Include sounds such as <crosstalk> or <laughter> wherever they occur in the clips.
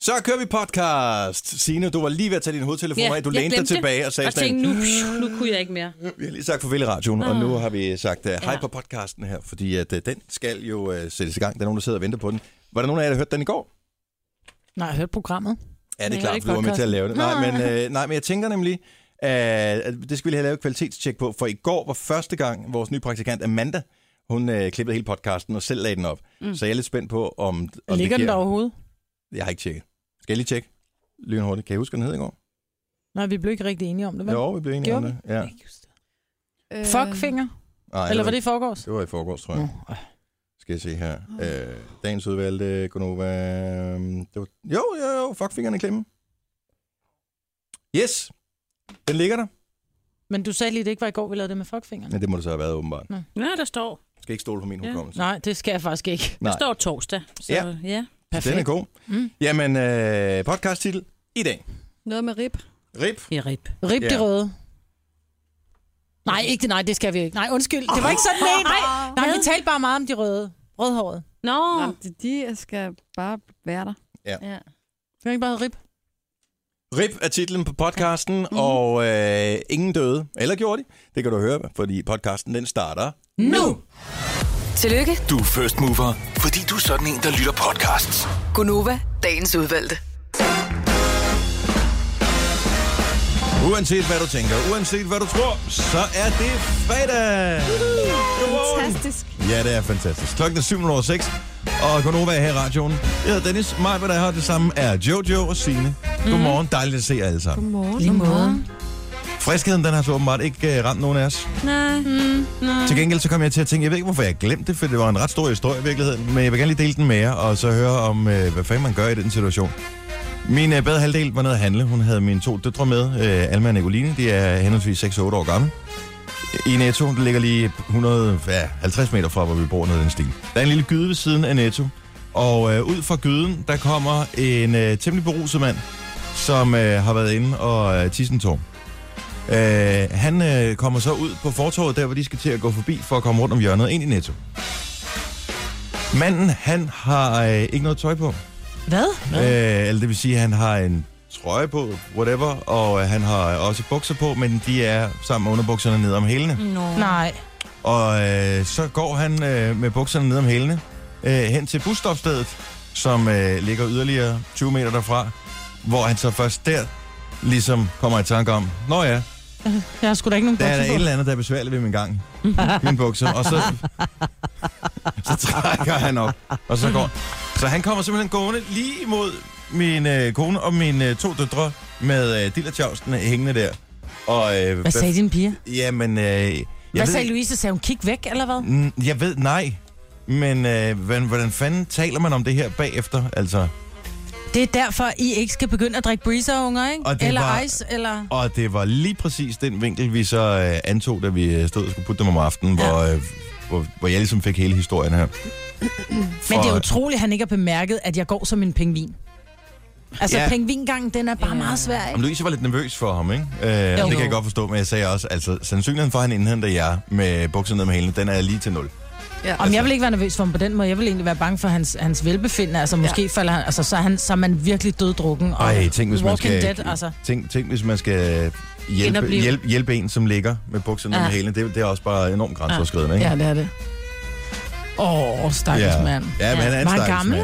Så kører vi podcast. Signe, du var lige ved at tage din hovedtelefon af. Du jeg lænede dig glemte tilbage og sagde og sådan "Hmm, tænkte, nu, psh, nu kunne jeg ikke mere. Vi har lige sagt farvel i radioen, og nu har vi sagt uh, hej Ja. på podcasten her, fordi at, uh, den skal jo uh, sættes i gang. Der er nogen, der sidder og venter på den. Var der nogen af jer, der hørte den i går? Nej, jeg hørte programmet. Ja, det Nej, er klart, ikke for du var med til at podcasten. lave det. Nej, men, uh, nej, men jeg tænker nemlig, uh, at det skal vi lige have lavet et kvalitetstjek på, for i går var første gang vores nye praktikant Amanda, hun uh, klippede hele podcasten og selv lagde den op. Mm. Så jeg er lidt spændt på, om, om Ligger det den der giver... overhovedet? Jeg har ikke tjekket. Skal jeg lige tjekke? Lynhurtigt. Kan I huske, hvad den hed i går? Nej, vi blev ikke rigtig enige om det, vel? Jo, vi blev enige om Gjorde det. Ja. Øh, Fuckfinger? Nej, Eller var det i forgårs? Det var i forgårs, tror jeg. Nå, Skal jeg se her. Øh, dagens udvalgte, Gunova... øhm, Det var, jo, jo, jo, fuck fingrene i klemmen. Yes, den ligger der. Men du sagde lige, det ikke var i går, vi lavede det med fuckfingeren. Ja, det må det så have været, åbenbart. Ja, der står, Skal ikke stole på min Ja. hukommelse. Nej, det skal jeg faktisk ikke. der Nej. står torsdag. Så, Ja. ja. ja. Så den er Perfekt. god. Mm. Jamen, øh, podcast titel i dag. Noget med rib. Rip. I rib. Rib Ja. de røde. Nej, ikke det, nej, det skal vi ikke. Nej, undskyld, det var ikke sådan ment. Nej, nej, vi talte bare meget om de røde. Rødhåret. Nå, Jamen, de- de skal bare være der. ja. Kan vi ikke bare hedde rib? Rip er titlen på podcasten, mm-hmm. og øh, ingen døde. Eller gjorde de? Det kan du høre, fordi podcasten den starter Nu! Tillykke, Du er first mover, fordi du er sådan en, der lytter podcasts. Gunova, dagens udvalgte. Uanset hvad du tænker, uanset hvad du tror, så er det fredag! Godmorgen. Fantastisk. Ja, det er fantastisk. Klokken er 7.06, og Gunova er her i radioen. Jeg hedder Dennis, mig hvad der er her, det samme er Jojo og Signe. Godmorgen, dejligt at se jer alle sammen. Godmorgen. Lige måde. Friskheden, den har så åbenbart ikke uh, ramt nogen af os. Nej. Til gengæld så kom jeg til at tænke, jeg ved ikke, hvorfor jeg glemte det, for det var en ret stor historie i virkeligheden, men jeg vil gerne lige dele den med jer, og så høre om, øh, hvad fanden man gør i den situation. Min øh, bedre halvdel var nede at handle. Hun havde mine to døtre med, øh, Alma og Nicoline. De er henholdsvis 6 og 8 år gamle. I Netto, der ligger lige 150 meter fra, hvor vi bor nede i den stil. Der er en lille gyde ved siden af Netto, og øh, ud fra gyden, der kommer en øh, temmelig beruset mand, som øh, har været inde og øh, tisse en tår. Øh, han øh, kommer så ud på fortorvet, der hvor de skal til at gå forbi for at komme rundt om hjørnet ind i Netto. Manden, han har øh, ikke noget tøj på. Hvad? Øh, eller det vil sige, at han har en trøje på, whatever, og øh, han har også bukser på, men de er sammen med underbukserne ned om hælene. Mm. Nå. Nej. Og øh, så går han øh, med bukserne ned om hælene øh, hen til busstopstedet, som øh, ligger yderligere 20 meter derfra, hvor han så først der ligesom kommer i tanke om, nå ja, Jeg har sgu da ikke nogen der er der et bukser på. eller andet, der er besværligt ved min <laughs> gang. Min bukser. Og så, så trækker han op, og så går Så han kommer simpelthen gående lige imod min øh, kone og mine øh, to døtre med øh, dillertjavsten hængende der. Og, øh, Hvad sagde din piger? Jamen, øh, jeg Hvad ved sagde Louise? Sagde hun, kig væk, eller hvad? Mm, Jeg ved, nej. Men øh, hvordan, hvordan fanden taler man om det her bagefter? Altså, Det er derfor, I ikke skal begynde at drikke breezer, unger, ikke? Og det eller var- ice, eller... og det var lige præcis den vinkel, vi så øh, antog, da vi øh, stod og skulle putte dem om aftenen, ja. Ja. hvor, øh, hvor, hvor jeg ligesom fik hele historien her. Men det Og- er utroligt, at han ikke har bemærket, at jeg går som en pingvin. Altså, Ja. ja. pingvingangen, den er bare ja. meget svær, Om ikke? Louise var lidt nervøs for ham, ikke? Øh, det Jo. kan jeg godt forstå, men jeg sagde også, altså sandsynligheden for, at han indhenter jer med bukserne ned med hælene, den er lige til nul. Ja. Om altså- jeg vil ikke være nervøs for ham på den måde. Jeg vil egentlig være bange for hans, hans velbefindende. Altså, måske ja. falder han... Altså, så er, han, så er man virkelig døddrukken. Og Ej, tænk, hvis man Walking skal- Dead, altså. Tænk, tænk hvis man skal hjælpe, Genopleve. hjælpe, hjælpe en, som ligger med bukserne ned Ja. med hælene. Det, det er også bare enormt grænseoverskridende, ikke? Ja, det er det. Åh, oh, stakkels ja. mand. Ja, men han er en Var han stakkels gammel,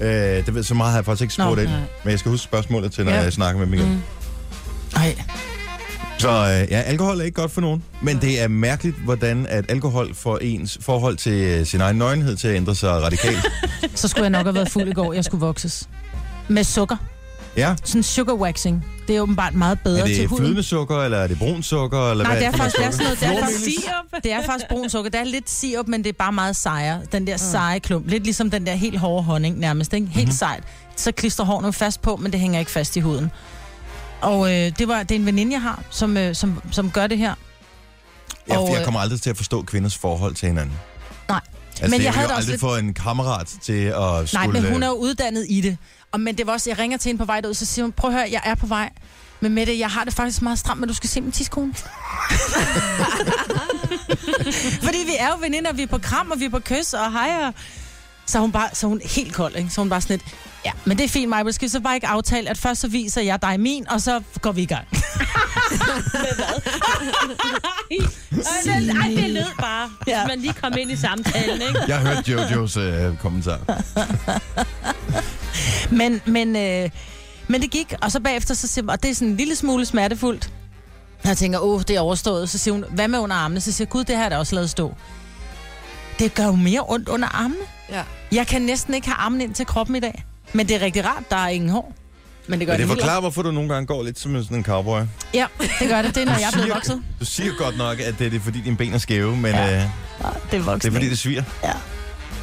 mand. Øh, det ved så meget, har jeg faktisk ikke Nå, spurgt ind. nej. Men jeg skal huske spørgsmålet til, når Ja. jeg snakker med dem igen. Mm. Nej. Så øh, ja, alkohol er ikke godt for nogen. Men det er mærkeligt, hvordan at alkohol får ens forhold til øh, sin egen nøgenhed til at ændre sig <laughs> radikalt. Så skulle jeg nok have været fuld i går. Jeg skulle vokses. Med sukker. ja. Sådan sugar waxing. Det er åbenbart meget bedre Er til det huden. flydende sukker, eller er det brun sukker? Eller Nej, hvad det er for noget faktisk det er sukker? sådan noget, det er lidt sirup. Det er faktisk brun sukker. Det er lidt sirup, men det er bare meget sejere. Den der seje klump. Lidt ligesom den der helt hårde honning nærmest. Ikke? Helt mm-hmm. sejt. Så klister hårene fast på, men det hænger ikke fast i huden. Og øh, det, var, det er en veninde, jeg har, som, øh, som, som gør det her. Og, Jeg, jeg øh, kommer aldrig til at forstå kvinders forhold til hinanden. Nej. Altså, men jeg, jeg havde havde det aldrig også lidt- fået en kammerat til at Nej, skulle... øh, men hun er jo uddannet i det. Og, men det var også, jeg ringer til hende på vej derud, så siger hun, prøv at høre, jeg er på vej. Men Mette, jeg har det faktisk meget stramt, men du skal se min tidskone. <laughs> Fordi vi er jo veninder, vi er på kram, og vi er på kys, og hej, og... Så er hun bare, så er hun helt kold, ikke? Så er hun bare sådan lidt, ja, men det er fint, Michael. Skal vi så bare ikke aftale, at først så viser jeg dig min, og så går vi i gang. Ej, det, ej, det lød bare, ja. Ja. hvis man lige kom ind i samtalen, ikke? Jeg hørte Jojos øh, kommentar. Men, men, øh, men det gik, og så bagefter, så siger, og det er sådan en lille smule smertefuldt. Og jeg tænker, åh, det er overstået. Så siger hun, hvad med under armene? Så siger jeg, gud, det her er da også lavet stå. Det gør jo mere ondt under armene. Ja. Jeg kan næsten ikke have armen ind til kroppen i dag. Men det er rigtig rart, der er ingen hår. Men det gør Men det det, forklarer, hvorfor du nogle gange går lidt som sådan en cowboy. Ja, det gør det. Det er, når jeg er blevet vokset. Du siger godt nok, at det er det er, fordi, dine ben er skæve, men Ja. ja. øh, Det er det er voksen. fordi, det sviger.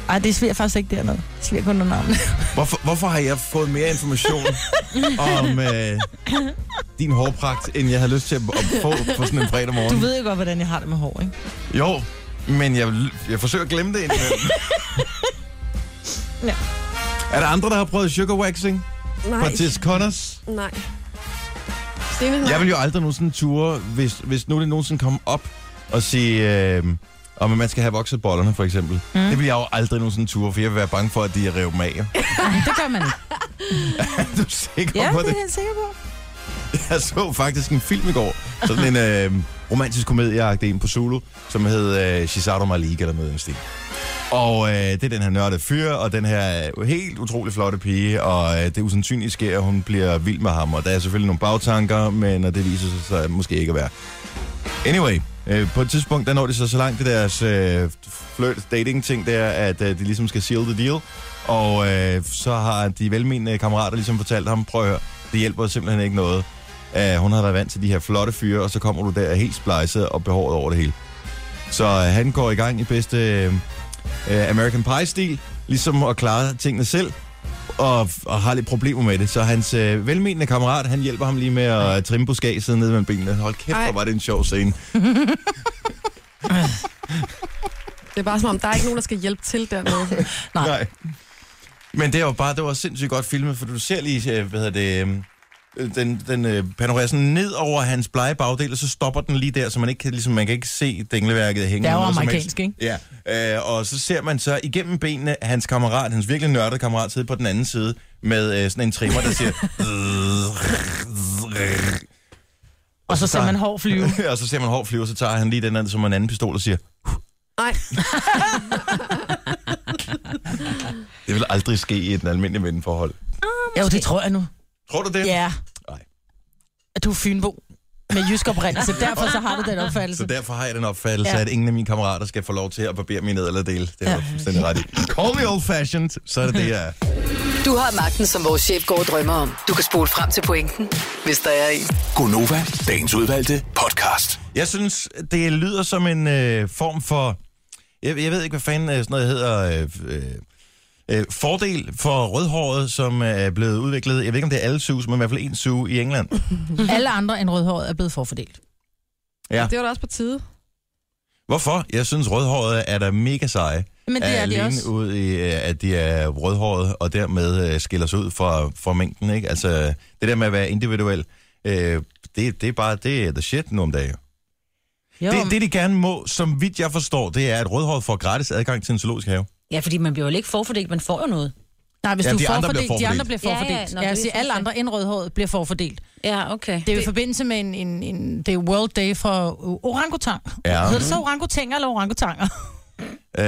Ej, det sviger faktisk ikke dernede. Det sviger kun under armene. Hvorfor, hvorfor har jeg fået mere <laughs> information om øh, din hårpragt, end jeg havde lyst til at at få på sådan en fredag morgen? Du ved jo godt, hvordan jeg har det med hår, ikke? Jo, men jeg, vil- jeg forsøger at glemme det indimellem. Ja. Er der andre, der har prøvet sugar waxing? Nej, På Tess Connors? nej. Stine, Jeg vil jo aldrig nogensinde ture, hvis, hvis nu det nogensinde kom op og sige, øh, om at man skal have vokset bollerne, for eksempel. Mm. Det vil jeg jo aldrig nogensinde ture, for jeg vil være bange for, at de rev dem af. <laughs> Det gør man ikke. Er du sikker Ja, på det er det? jeg helt sikker <laughs> på. Jeg så faktisk en film i går, sådan en øh, romantisk komedieagtig en på Zulu, som hed øh, Shizato Malik eller noget i den stil. Og øh, det er den her nørdede fyr, og den her øh, helt utrolig flotte pige, og øh, det usandsynlige sker, at hun bliver vild med ham, og der er selvfølgelig nogle bagtanker, men og det viser sig så måske ikke at være. Anyway, øh, på et tidspunkt, der når de så så langt i deres øh, flirt-dating-ting der, at øh, de ligesom skal seal the deal, og øh, så har de velmenende kammerater ligesom fortalt ham, prøv at høre, det hjælper simpelthen ikke noget. Uh, hun har været vant til de her flotte fyre, og så kommer du der helt splejset og behåret over det hele. Så øh, han går i gang i bedste øh, øh, American Pie-stil, ligesom at klare tingene selv, og, og har lidt problemer med det. Så hans øh, velmenende kammerat, han hjælper ham lige med at trimme på skagset nede med benene. Hold kæft, Ej. hvor var det en sjov scene. det er bare som om, der er ikke nogen, der skal hjælpe til dernede. Nej. Men det var bare, det var sindssygt godt filmet, for du ser lige, øh, hvad hedder det, øh, den, den øh, panorerer sådan ned over hans blege bagdel, og så stopper den lige der, så man ikke kan, ligesom, man kan ikke se dingleværket hænge. Det er jo eller noget som amerikansk, helst. Ja, øh, og så ser man så igennem benene hans kammerat, hans virkelig nørdede kammerat, sidde på den anden side med øh, sådan en trimmer, der siger... <laughs> Og så ser tager- man hår <laughs> flyve. <laughs> og så ser man hår flyve, og så tager han lige den anden, som en anden pistol, og siger... <laughs> Nej, Det vil aldrig ske i et almindeligt venneforhold. Jo, det tror jeg nu. Tror du det? Ja. Nej. At du er Fynbo med jysk oprindelse. Derfor så har du den opfattelse. Så derfor har jeg den opfattelse, ja. Ja. at ingen af mine kammerater skal få lov til at barbere mine nederdele. Det er du fuldstændig ret i. Call me old fashioned, så er det det, jeg er. Du har magten, som vores chef går og drømmer om. Du kan spole frem til pointen, hvis der er en. Gonova, dagens udvalgte podcast. Jeg synes, det lyder som en øh, form for... Jeg, jeg ved ikke, hvad fanden øh, sådan noget hedder... Øh, øh, øh, fordel for rødhåret, som øh, er blevet udviklet. Jeg ved ikke, om det er alle suge, men i hvert fald en suge i England. Alle andre end rødhåret er blevet forfordelt. Ja. det var da også på tide. Hvorfor? Jeg synes, rødhåret er da mega seje. Men det er alene de også. ud i, øh, at de er rødhårede, og dermed øh, skiller sig ud fra, fra mængden, ikke? Altså, det der med at være individuel, øh, det, det er bare, det er the shit nu om dagen. Jo, Det, det, de gerne må, som vidt jeg forstår, det er, at rødhåret får gratis adgang til en zoologisk have. Ja, fordi man bliver jo ikke forfordelt, man får jo noget. nej, hvis Ja, du de får andre bliver fordelt, de andre bliver forfordelt. forfordelt. Ja, ja, nå, Ja, ja, jeg det siger, er alle fuldstændig. andre end rødhåret bliver forfordelt. Ja, okay. Det er jo i forbindelse med en, en, en det er World Day for orangutang. Ja. Hedder det så orangutanger eller orangutanger? Øh,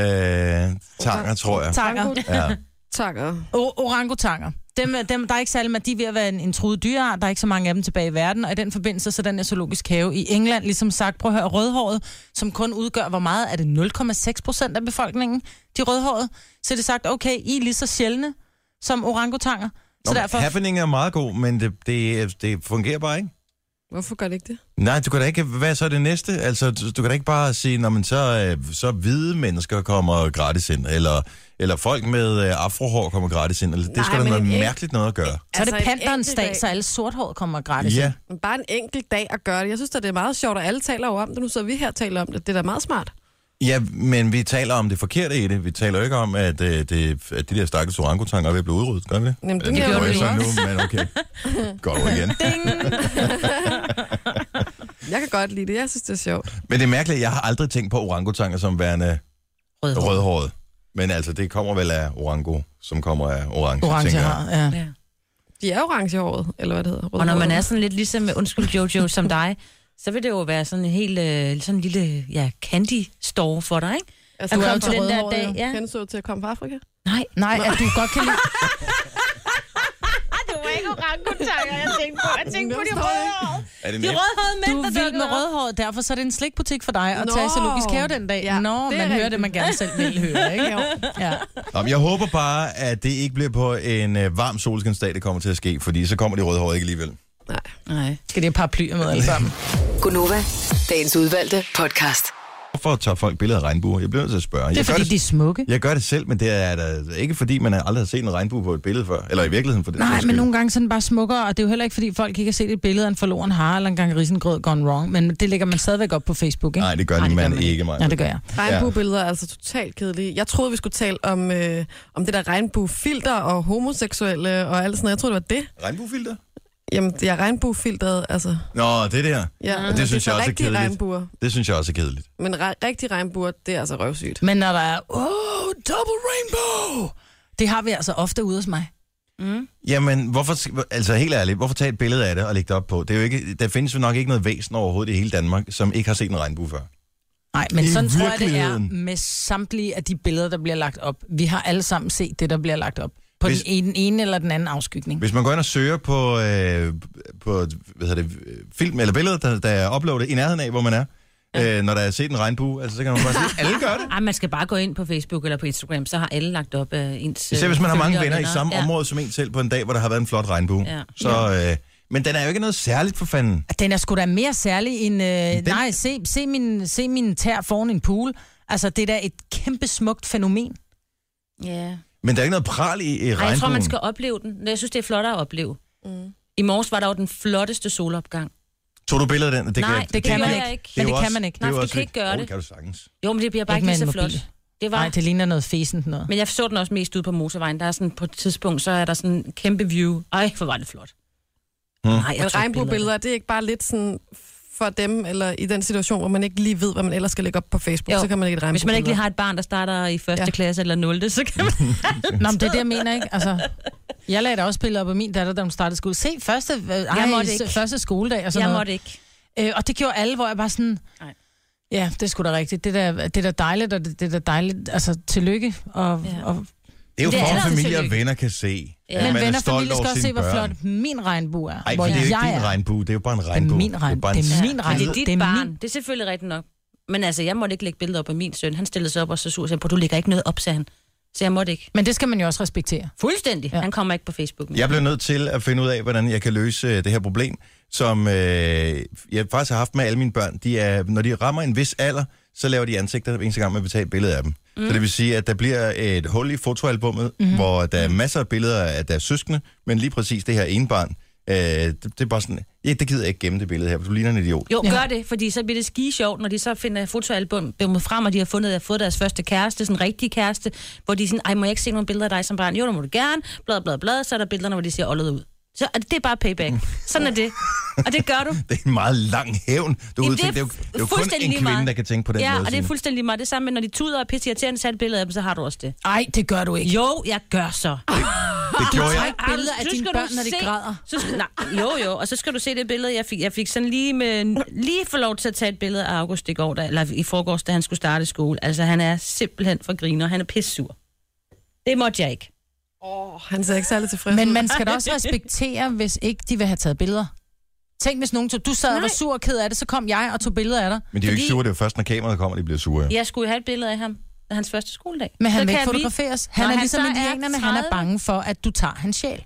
tanger, tror <laughs> jeg. Tanger. Ja. Takker. O- orangutanger. Dem, er- dem, der er ikke særlig mange, de er ved at være en, en truet dyreart, der er ikke så mange af dem tilbage i verden, og i den forbindelse så den er zoologisk have i England, ligesom sagt, prøv at høre, rødhåret, som kun udgør, hvor meget er det, 0,6 procent af befolkningen, de rødhårede, så er det sagt, okay, I er lige så sjældne som orangutanger, så Nå, men derfor... Happening er meget god, men det, det, det fungerer bare ikke. Hvorfor gør det ikke det? Nej, du kan da ikke, hvad er så det næste? Altså, du, du kan da ikke bare sige, når man så, øh, så hvide mennesker kommer gratis ind, eller, eller folk med øh, afrohår kommer gratis ind. Eller, det Nej, skal da men noget en æg- mærkeligt noget at gøre. Så er det Altså, en panterens enkelt dag, dag. så alle sorthåret kommer gratis. Ja, Men Bare en enkelt dag at gøre det. Jeg synes, at det er meget sjovt, og alle taler jo om det. Nu sidder vi her og taler om det. Det er da meget smart. ja, men vi taler om det forkerte i det. Vi taler jo ikke om, at, øh, det, at de der stakkels orangutanger er ved at blive udryddet. Gør vi det? Jamen, det Øh, gjorde gjorde vi jeg så jo nu, men okay. Godt over igen. Jeg kan godt lide det. Jeg synes, det er sjovt. Men det er mærkeligt, at jeg har aldrig tænkt på orangutanger som værende Rødhåret. rødhåret. Men altså, det kommer vel af orango, som kommer af orange, Orange tænker jeg. har, ja. Ja. De er orange i håret, eller hvad det hedder. Og når man er Rødhåret. sådan lidt ligesom, undskyld Jojo, som dig, så vil det jo være sådan en helt, øh, sådan en lille ja, candy store for dig, ikke? altså, du du er er jo til til den den der der dag, dag, ja. ja. Kan du til at komme fra Afrika? Nej, Nej, at du godt kan <laughs> lide... Ej, det var ikke orangutanger, jeg tænkte på. Jeg tænkte på de Nå, står det ikke. rødhårede. Er det De nemt? rødhårede mænd, Du der er vild dukker med op. rødhåret, derfor så er det en slikbutik for dig at Nå. tage i zoologisk have den dag. Ja, Nå, det man er hører det, rigtigt. man gerne selv vil høre, ikke? Ja. Nå, men jeg håber bare, at det ikke bliver på en øh, varm solskinsdag, det kommer til at ske, fordi så kommer de rødhårede ikke alligevel. nej. Skal de have paraplyer med alle sammen? Gunova, dagens udvalgte podcast. Hvorfor tager folk billeder af regnbuer? Jeg bliver nødt til at spørge. Det er jeg, gør fordi, det, de er smukke. jeg gør det selv, men det er da ikke fordi, man aldrig har set en regnbue på et billede før. Eller i virkeligheden for det. Nej, men nogle gange så er den bare smukkere, og det er jo heller ikke, fordi folk ikke har set et billede af en forloren har eller en gang risengrød gone wrong, men det lægger man stadigvæk op på Facebook, ikke? Nej, det gør de man ikke, mig. Ja, det gør jeg. Regnbuebilleder er altså totalt kedelige. Jeg troede, vi skulle tale om, øh, om det der regnbuefilter og homoseksuelle og alt sådan noget. Jeg troede, det var det. Regnbuefilter? Jamen, det er regnbuefilteret, altså. Nå, det der. Ja, det synes jeg også så er rigtige kedeligt. regnbuer. Det synes jeg også er kedeligt. Men re- rigtige regnbuer, det er altså røvsygt. Men når der er, oh, double rainbow! Det har vi altså ofte ude hos mig. Jamen, hvorfor, altså helt ærligt, hvorfor tage et billede af det og lægge det op på? Det er jo ikke, der findes jo nok ikke noget væsen overhovedet i hele Danmark, som ikke har set en regnbue før. Nej, men I sådan tror jeg, det er virkeligheden. med samtlige af de billeder, der bliver lagt op. Vi har alle sammen set det, der bliver lagt op. På Hvis- den ene, den ene eller den anden afskygning. Hvis man går ind og søger på, øh, på hvad hedder det, øh, film eller billeder, der, der er uploadet i nærheden af, hvor man er, øh, når der er set en regnbue, altså så kan man bare sige, alle gør det. Ej, man skal bare gå ind på Facebook eller på Instagram, så har alle lagt op uh, ens... øh, Især hvis man har mange følgere og venner i samme ja. område som en selv på en dag, hvor der har været en flot regnbue. Ja. Så, øh, men den er jo ikke noget særligt for fanden. Den er sgu da mere særlig end... Øh, Nej, se, se, min, se min tær foran en pool. Altså, det er da et kæmpe smukt fænomen. Ja. Men der er ikke noget pral i, i Ej, regnbuen. jeg tror, man skal opleve den. Jeg synes, det er flottere at opleve. Mm. I morges var der jo den flotteste solopgang. Tog du billeder af den? Det Nej, det er kan man jo- ikke. er Men jo det kan også- man ikke. er Nej, jo for du også kan vigtigt. ikke gøre Jo, det. kan du sagtens. Jo, men det bliver bare Ikke ikke, lige så med en flot. mobil. Det var... Nej, det ligner noget fæsent noget. Men jeg så den også mest ude på motorvejen. Der er sådan, på et tidspunkt, så er der sådan en kæmpe view. Ej, hvor var det flot. Hmm. Nej, jeg Men tog billeder. regnbuebilleder, det er ikke bare lidt sådan for dem, eller i den situation, hvor man ikke lige ved, hvad man ellers skal lægge op på Facebook, Jo. jo. så kan man ikke et Hvis man ikke lige regnbuebillede. har et barn, der starter i første Ja. ja. klasse eller 0. så <laughs> kan man... Nå, men det er det, jeg mener, ikke? Altså, jeg lagde da også billeder op af min datter, da hun startede skole. Se, første, øh, ej, måtte s- ikke. første skoledag og sådan Jeg noget. måtte ikke. Øh, og det gjorde alle, hvor jeg bare sådan... Nej. Ja, det skulle da rigtigt. Det der, det der dejligt, og det, det der dejligt, altså tillykke. Og, ja. Ja. og, Det er jo Det er for, at altid familie og tillykke. venner kan se. Ja. at men man er venner og stolt familie skal over også se, sine hvor børn. flot min regnbue er. Ej, for hvor det er jo ikke jeg din er. regnbue, det er jo bare en Det er regnbue. min regnbue. Det er min Men regnbue. det er dit min- barn. Det er selvfølgelig rigtigt nok. Men altså, jeg måtte ikke lægge billeder op af min søn. Han stillede sig op og så sur og sagde, "Bror, du lægger ikke noget op, sagde han. Så jeg måtte ikke. Men det skal man jo også respektere. Fuldstændig. Ja. Ja. Han kommer ikke på Facebook. mere. Jeg bliver nødt til at finde ud af, hvordan jeg kan løse øh, det her problem, som øh, jeg faktisk har haft med alle mine børn. De er, når de rammer en vis alder, så laver de ansigter hver eneste gang, man vil tage et billede af dem. Mm. Så det vil sige, at der bliver et hul i fotoalbummet, Mm-hmm. mm. hvor der er masser af billeder af deres søskende, men lige præcis det her ene barn, øh, det, det er bare sådan, ja, det gider jeg ikke gemme det billede her, for du ligner en idiot. <laughs> Jo, gør det, fordi så bliver det ski sjovt, når de så finder fotoalbummet frem, og de har fundet, at fået deres første kæreste, sådan en rigtig kæreste, hvor de er sådan, ej, må jeg ikke se nogle billeder af dig som barn? Jo, det må du gerne, blad, blad, blad, så er der billederne, hvor de ser oldet ud. Så er det, det er bare payback. Sådan er det. Og det gør du. Det er en meget lang hævn. Du Jamen, Jamen, det det, er det, er jo, det er jo kun fuldstændig en lige kvinde, meget. der kan tænke på den Ja, måde. og det er Signe. fuldstændig lige meget det samme, men når de tuder og pisser irriterende, så er et billede af dem, så har du også det. Ej, det gør du ikke. Jo, jeg gør så. det gjorde jeg. Træk billeder af Så dine skal børn, du når de se- græder. Så skal, nej, jo, jo, og så skal du se det billede, jeg fik. Jeg fik sådan lige, med, lige for lov til at tage et billede af August i går, da, eller i forgårs, da han skulle starte i skole. Altså, han er simpelthen for griner, han er pissur. Det måtte jeg ikke. Han ser ikke særlig tilfreds. Men ud. man skal da også respektere, hvis ikke de vil have taget billeder. Tænk, hvis nogen tog... Du sad og var sur og ked af det, så kom jeg og tog billeder af dig. Men de er jo ikke Fordi- sure, det er jo først, når kameraet kommer, de bliver sure. Ja. Jeg skulle jo have et billede af ham, da hans første skoledag. Men han Så vil kan ikke jeg vise- fotograferes. Han Når er han ligesom så er indianerne. Han er 30. bange for, at du tager hans sjæl. Det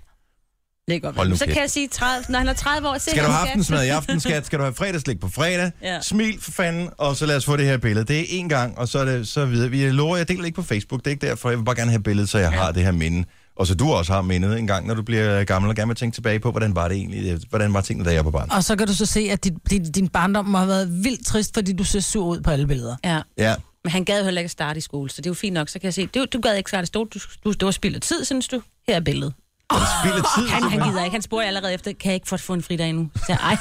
kan godt Hold nu være. Så kæft. kan jeg sige, 30, når han er 30 år, se Skal du have ham, skat. aftensmad i aften, skat? Skal du have fredagslik på fredag? Ja. Smil for fanden, og så lad os få det her billede. Det er én gang, og så er det så videre. Vi lover, jeg deler ikke på Facebook, det er ikke derfor. Jeg vil bare gerne have billedet, så jeg har det her minde. Og så du også har mindet en gang, når du bliver gammel, og gerne vil tænke tilbage på, hvordan var det egentlig? Hvordan var tingene, da jeg var barn? Og så kan du så se, at dit, din, din barndom må have været vildt trist, fordi du ser sur ud på alle billeder. <laughs> Ja. Ja. Men han gad jo heller ikke at starte i skole, så det er jo fint nok. Så kan jeg se, du, du gad ikke starte i skole, du, du, det var spild af tid, synes du. Her er billedet. Og det spilder tid. Han, han simpelthen. gider ikke. Han spurgte allerede efter, kan jeg ikke få, få en fridag nu? Så jeg, ej,